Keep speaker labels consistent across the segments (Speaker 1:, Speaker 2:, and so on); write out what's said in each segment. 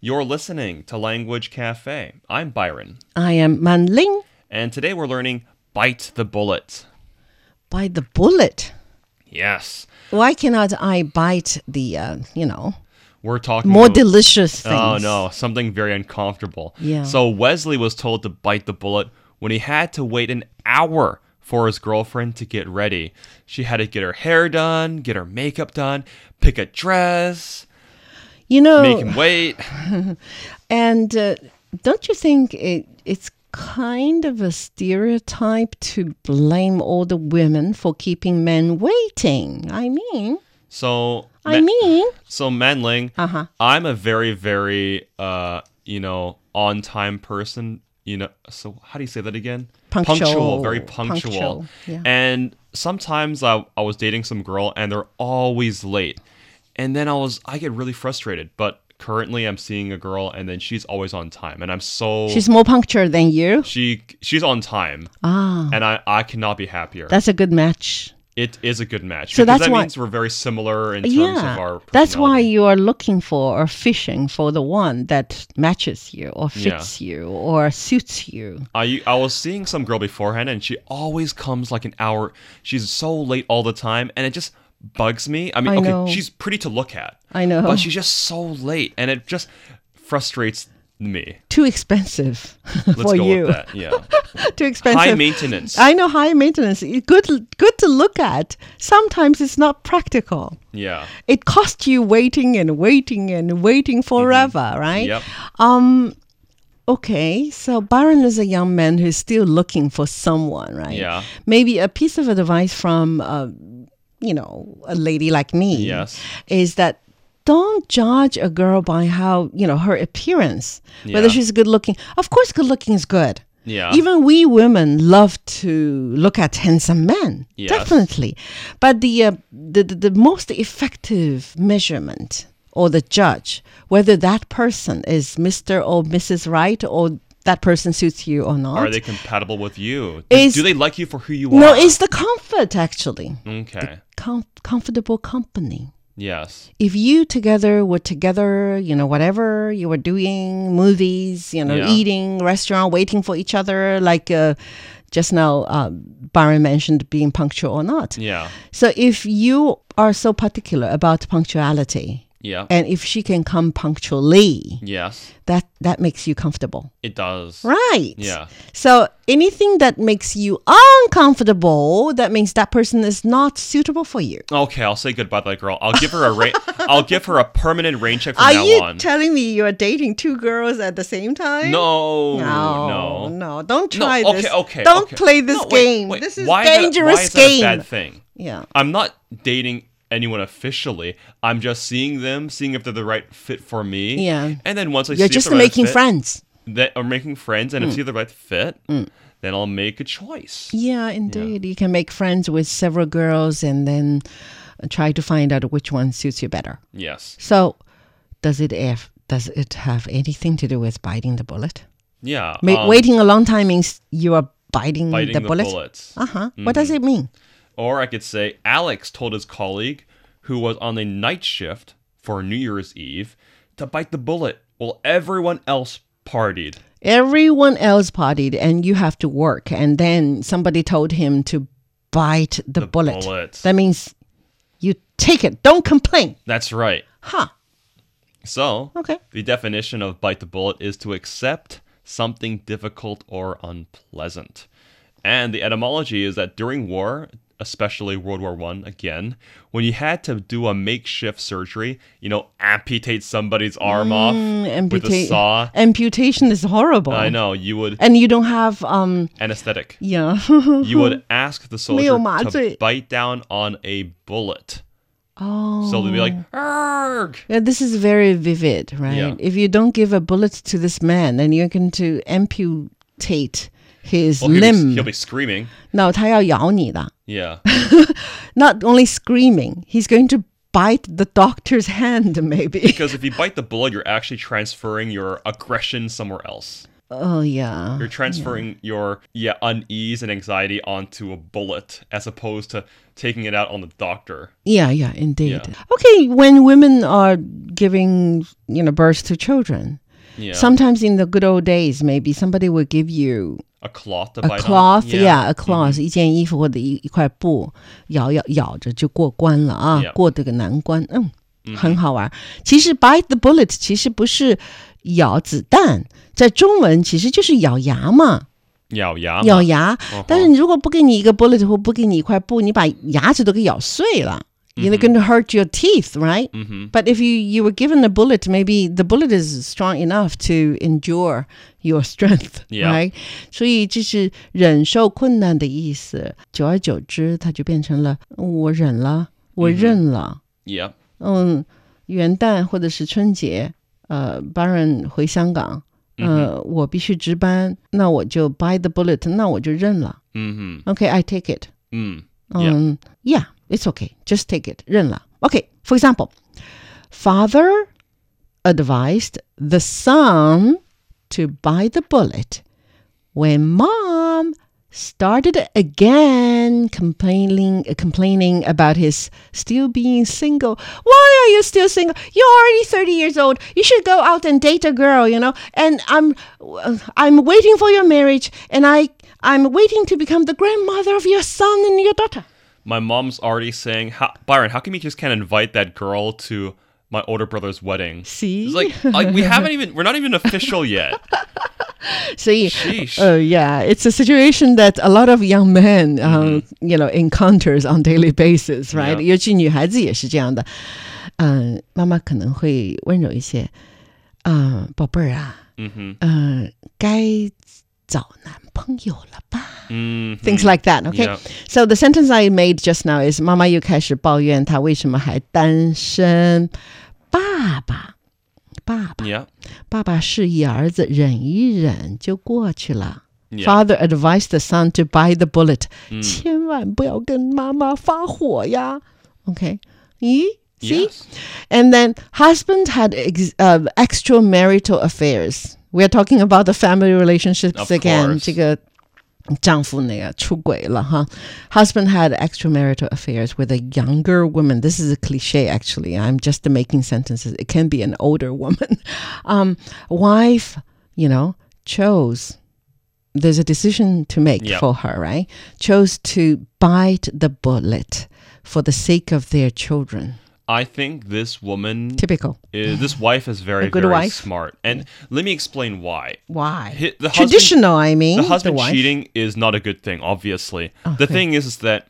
Speaker 1: You're listening to Language Cafe. I'm Byron,
Speaker 2: I am Manling.
Speaker 1: and today we're learning bite the bullet.
Speaker 2: By the bullet.
Speaker 1: Yes,
Speaker 2: Why cannot I bite the, uh, you know,
Speaker 1: we're talking
Speaker 2: more
Speaker 1: about-
Speaker 2: delicious things?
Speaker 1: Oh no, something very uncomfortable.
Speaker 2: Yeah.
Speaker 1: So Wesley was told to bite the bullet when he had to wait an hour for his girlfriend to get ready. She had to get her hair done, get her makeup done, pick a dress,
Speaker 2: You know,
Speaker 1: make him wait.
Speaker 2: and uh, don't you think it, it's kind of a stereotype to blame all the women for keeping men waiting? I mean,
Speaker 1: So
Speaker 2: I
Speaker 1: Ma- Oh.
Speaker 2: mean,
Speaker 1: So Manling,
Speaker 2: Uh-huh.
Speaker 1: I'm a very, very, uh, you know, on time person. You know, so how do you say that again?
Speaker 2: Punctual.
Speaker 1: very punctual.
Speaker 2: Punctual, yeah.
Speaker 1: And sometimes I, I was dating some girl, and they're always late. And then I was, I get really frustrated. But currently, I'm seeing a girl, and then she's always on time, and I'm so
Speaker 2: she's more punctual than you.
Speaker 1: she she's on time,
Speaker 2: Ah,
Speaker 1: and I I cannot be happier.
Speaker 2: that's a good match.
Speaker 1: it is a good match.
Speaker 2: So
Speaker 1: because
Speaker 2: that's
Speaker 1: that
Speaker 2: why-
Speaker 1: means we're very similar in terms of our.
Speaker 2: that's why
Speaker 1: personality.
Speaker 2: you are looking for or fishing for the one that matches you or
Speaker 1: Yeah.
Speaker 2: fits you or suits you.
Speaker 1: I I was seeing some girl beforehand, and she always comes like an hour. She's so late all the time, and it just bugs me. I mean,
Speaker 2: I
Speaker 1: okay,
Speaker 2: know.
Speaker 1: she's pretty to look at,
Speaker 2: I know.
Speaker 1: but she's just so late, and it just frustrates me.
Speaker 2: Too expensive
Speaker 1: Let's
Speaker 2: for
Speaker 1: go
Speaker 2: you.
Speaker 1: with that. Yeah,
Speaker 2: Too expensive.
Speaker 1: high maintenance.
Speaker 2: I know high maintenance. It- Good, good to look at. Sometimes it's not practical.
Speaker 1: yeah,
Speaker 2: It costs you waiting and waiting and waiting forever, right?
Speaker 1: Mm-hmm. yep.
Speaker 2: Okay, so Byron is a young man who's still looking for someone, right?
Speaker 1: Yeah.
Speaker 2: Maybe a piece of advice from, uh, you know, a lady like me.
Speaker 1: Yes.
Speaker 2: Is that don't judge a girl by how you know her appearance, whether
Speaker 1: Yeah.
Speaker 2: she's good looking. Of course, good looking is good.
Speaker 1: Yeah.
Speaker 2: Even we women love to look at handsome men,
Speaker 1: Yes.
Speaker 2: definitely. But the, uh, the the the most effective measurement or the judge whether that person is Mister or Mrs. Right or that person suits you or not.
Speaker 1: Are they compatible with you? Do,
Speaker 2: Is-
Speaker 1: do they like you for who you
Speaker 2: no,
Speaker 1: are?
Speaker 2: it's the comfort actually,
Speaker 1: okay.
Speaker 2: Com- comfortable company.
Speaker 1: Yes.
Speaker 2: if you together were together, you know, whatever you were doing, movies, you know,
Speaker 1: Yeah.
Speaker 2: eating, restaurant, waiting for each other, like uh, just now, uh, Byron mentioned being punctual or not.
Speaker 1: Yeah.
Speaker 2: So if you are so particular about punctuality,
Speaker 1: Yeah.
Speaker 2: and if she can come punctually,
Speaker 1: yes.
Speaker 2: that that makes you comfortable,
Speaker 1: It does.
Speaker 2: right?
Speaker 1: Yeah.
Speaker 2: So anything that makes you uncomfortable, that means that person is not suitable for you.
Speaker 1: Okay, I'll say goodbye to that girl. I'll give her a ra- I'll give her a permanent rain check from
Speaker 2: Are
Speaker 1: now
Speaker 2: you
Speaker 1: on.
Speaker 2: telling me you're dating two girls at the same time?
Speaker 1: No,
Speaker 2: No,
Speaker 1: no,
Speaker 2: no, don't
Speaker 1: No,
Speaker 2: try
Speaker 1: okay,
Speaker 2: this.
Speaker 1: okay.
Speaker 2: Don't
Speaker 1: okay.
Speaker 2: play this
Speaker 1: No, wait,
Speaker 2: game.
Speaker 1: wait,
Speaker 2: This is
Speaker 1: why that-
Speaker 2: dangerous
Speaker 1: why is
Speaker 2: game.
Speaker 1: That a bad thing.
Speaker 2: Yeah.
Speaker 1: I'm not dating anyone officially. I'm just seeing them, seeing if they're the right fit for me.
Speaker 2: Yeah.
Speaker 1: And then once I
Speaker 2: You're
Speaker 1: see
Speaker 2: just
Speaker 1: if they're right
Speaker 2: making
Speaker 1: fit,
Speaker 2: friends. Mm.
Speaker 1: that are making friends, and if see the right fit, then I'll make a choice.
Speaker 2: Yeah, indeed. You can make friends with several girls and then try to find out which one suits you better.
Speaker 1: Yes.
Speaker 2: So, does it have, does it have anything to do with biting the bullet?
Speaker 1: Yeah.
Speaker 2: Ma-
Speaker 1: um,
Speaker 2: waiting a long time means you are biting,
Speaker 1: biting the
Speaker 2: the
Speaker 1: Mm-hmm.
Speaker 2: bullet.
Speaker 1: bullets.
Speaker 2: Uh huh. What does it mean?
Speaker 1: Or I could say Alex told his colleague, who was on the night shift for New Year's Eve, to bite the bullet while everyone else partied.
Speaker 2: Everyone else partied and you have to work. And then somebody told him to bite the, bullet.
Speaker 1: bullet.
Speaker 2: That means you take it. Don't complain.
Speaker 1: That's right.
Speaker 2: Huh.
Speaker 1: So,
Speaker 2: Okay.
Speaker 1: the definition of bite the bullet is to accept something difficult or unpleasant. And the etymology is that during war, especially World War One, again, when you had to do a makeshift surgery, you know, amputate somebody's
Speaker 2: Mm,
Speaker 1: arm off with a
Speaker 2: Amputa-
Speaker 1: saw.
Speaker 2: amputation is horrible.
Speaker 1: I know you would
Speaker 2: And you don't have, um,
Speaker 1: anesthetic.
Speaker 2: yeah.
Speaker 1: you would ask the soldier to
Speaker 2: 没有麻醉。
Speaker 1: bite down on a bullet.
Speaker 2: oh.
Speaker 1: So they'd be like, Arg!
Speaker 2: Yeah, this is very vivid, right?
Speaker 1: Yeah.
Speaker 2: If you don't give a bullet to this man, then you're going to amputate his
Speaker 1: Well, he'll, be,
Speaker 2: limb.
Speaker 1: he'll be screaming.
Speaker 2: no, 他要咬你的。
Speaker 1: Yeah.
Speaker 2: not only screaming, he's going to bite the doctor's hand, maybe.
Speaker 1: Because if you bite the bullet, you're actually transferring your aggression somewhere else.
Speaker 2: Oh yeah.
Speaker 1: You're transferring your yeah unease and anxiety onto a bullet as opposed to taking it out on the doctor.
Speaker 2: Yeah, yeah, indeed.
Speaker 1: Yeah.
Speaker 2: Okay, when women are giving, you know, birth to children,
Speaker 1: Yeah,
Speaker 2: sometimes in the good old days, maybe somebody will give you
Speaker 1: a cloth to
Speaker 2: a
Speaker 1: bite
Speaker 2: cloth,
Speaker 1: on.
Speaker 2: yeah, 嗯 a cloth，、一件衣服或者一一块布，咬咬咬着就过关了啊
Speaker 1: Yeah.
Speaker 2: 过这个难关，嗯，很好玩。其实 bite the bullet 其实不是咬子弹，在中文其实就是咬牙嘛，
Speaker 1: 咬牙嘛，
Speaker 2: 咬牙。
Speaker 1: 嗯哼
Speaker 2: 但是你如果不给你一个 bullet 或不给你一块布，你把牙齿都给咬碎了。You're going to hurt your teeth, right?
Speaker 1: Mhm.
Speaker 2: But if you, you were given a bullet, maybe the bullet is strong enough to endure your strength,
Speaker 1: Yeah.
Speaker 2: right? 所以这是忍受困难的意思。久而久之，它就变成了我忍了，我认了。
Speaker 1: yeah,
Speaker 2: 嗯，元旦或者是春节，呃，Baron 回香港，呃，我必须值班，那我就 buy the bullet，那我就认了。
Speaker 1: mm-hmm,
Speaker 2: Okay, I take it.
Speaker 1: mm, Yeah.
Speaker 2: Um, yeah. it's okay. Just take it. 认了. Okay, for example, father advised the son to buy the bullet when mom started again complaining uh, complaining about his still being single why are you still single you're already 30 years old you should go out and date a girl you know and i'm i'm waiting for your marriage and i i'm waiting to become the grandmother of your son and your daughter
Speaker 1: my mom's already saying, how, Byron, how come you just can't invite that girl to my older brother's wedding?
Speaker 2: see
Speaker 1: It's like, like we haven't even, we're not even official yet.
Speaker 2: see
Speaker 1: Sheesh.
Speaker 2: Oh yeah, it's a situation that a lot of young men, um, you know, encounters on daily basis, right?
Speaker 1: Mm-hmm. Yeah.
Speaker 2: 尤其女孩子也是这样的。嗯、妈妈可能会温柔一些。嗯、宝贝儿啊，
Speaker 1: mm-hmm,
Speaker 2: 嗯、该找男朋友了吧
Speaker 1: mm-hmm.
Speaker 2: ？Things like that. Okay.
Speaker 1: Yeah.
Speaker 2: So the sentence I made just now is 妈妈又开始抱怨她为什么还单身。爸爸，爸爸，
Speaker 1: Yeah.
Speaker 2: 爸爸示意儿子忍一忍就过去了。
Speaker 1: Yeah.
Speaker 2: Father advised the son to buy the bullet，、千万不要跟妈妈发火呀。OK，咦，see，and、
Speaker 1: Yes.
Speaker 2: then husband had ex, uh, extramarital affairs. We are talking about the family relationships
Speaker 1: Of
Speaker 2: again.
Speaker 1: course.
Speaker 2: 这个丈夫那个出轨了哈。Husband had extramarital affairs with a younger woman. This is a cliche, actually. I'm just making sentences. It can be an older woman. Um, wife, you know, chose. There's a decision to make
Speaker 1: Yeah.
Speaker 2: for her, right? Chose to bite the bullet for the sake of their children.
Speaker 1: I think this woman,
Speaker 2: Typical.
Speaker 1: is, Uh, this wife is very,
Speaker 2: good
Speaker 1: very
Speaker 2: wife.
Speaker 1: smart. And let me explain why.
Speaker 2: Why?
Speaker 1: Hi- The husband-
Speaker 2: Traditional, I mean.
Speaker 1: the husband
Speaker 2: wife.
Speaker 1: cheating is not a good thing obviously the
Speaker 2: Okay.
Speaker 1: thing is, is that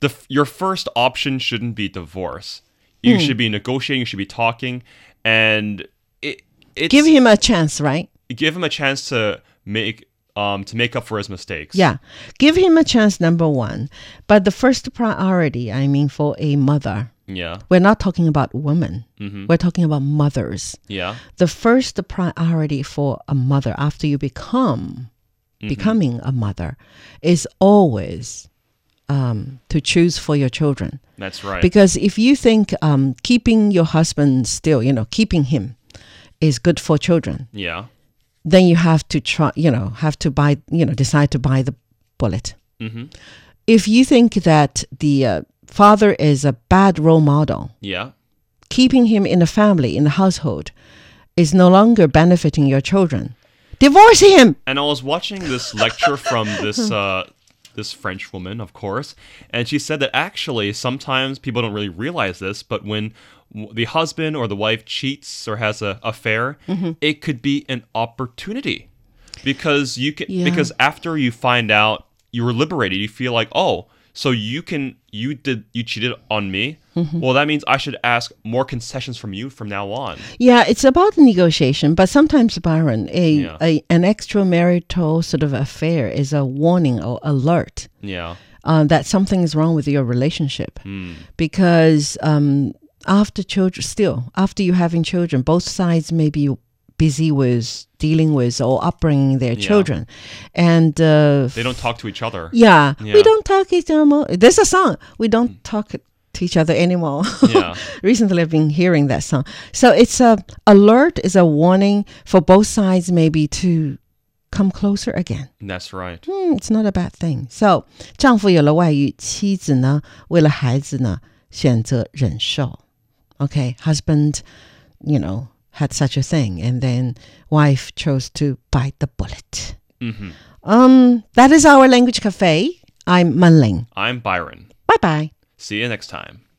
Speaker 1: the f- your first option shouldn't be divorce
Speaker 2: Hmm.
Speaker 1: you should be negotiating you should be talking and it it's,
Speaker 2: Give him a chance, right?
Speaker 1: give him a chance to make um to make up for his mistakes
Speaker 2: Yeah. Give him a chance, number one. But the first priority, I mean, for a mother,
Speaker 1: yeah
Speaker 2: we're not talking about women,
Speaker 1: Mm-hmm.
Speaker 2: we're talking about mothers.
Speaker 1: yeah
Speaker 2: The first priority for a mother after you become
Speaker 1: Mm-hmm.
Speaker 2: becoming a mother is always um, to choose for your children.
Speaker 1: that's right
Speaker 2: Because if you think um, keeping your husband still, you know, keeping him is good for children,
Speaker 1: yeah
Speaker 2: then you have to try, you know, have to buy, you know, decide to buy the bullet.
Speaker 1: mm-hmm.
Speaker 2: If you think that the uh, father is a bad role model,
Speaker 1: yeah
Speaker 2: keeping him in the family, in the household, is no longer benefiting your children, divorce him.
Speaker 1: and I was watching this lecture from this uh, this French woman, of course, and she said that actually sometimes people don't really realize this, but when w- the husband or the wife cheats or has a affair,
Speaker 2: Mm-hmm.
Speaker 1: it could be an opportunity because you can
Speaker 2: Yeah.
Speaker 1: because after you find out you were liberated, you feel like oh. So you can you did you cheated on me.
Speaker 2: Mm-hmm.
Speaker 1: Well, that means I should ask more concessions from you from now on.
Speaker 2: Yeah, it's about negotiation, but sometimes, Byron, a,
Speaker 1: Yeah.
Speaker 2: a an extramarital sort of affair is a warning or alert.
Speaker 1: Yeah.
Speaker 2: uh, that something is wrong with your relationship
Speaker 1: Hmm.
Speaker 2: because um, after children still after you having children both sides may be busy with dealing with or upbringing their children and uh,
Speaker 1: They don't talk to each other.
Speaker 2: yeah,
Speaker 1: Yeah. Hmm.
Speaker 2: we don't talk each other there's a song we don't talk to each other anymore
Speaker 1: Yeah.
Speaker 2: recently i've been hearing that song so it's a alert is a warning for both sides maybe to come closer again。
Speaker 1: That's right.
Speaker 2: 嗯，It's Hmm, not a bad thing。So，丈夫有了外遇，妻子呢，为了孩子呢，选择忍受。Okay，husband, you know, had such a thing, and then wife chose to bite the bullet.
Speaker 1: hmm
Speaker 2: Um, that is our language cafe. I'm Manling.
Speaker 1: I'm Byron.
Speaker 2: Bye bye.
Speaker 1: See you next time.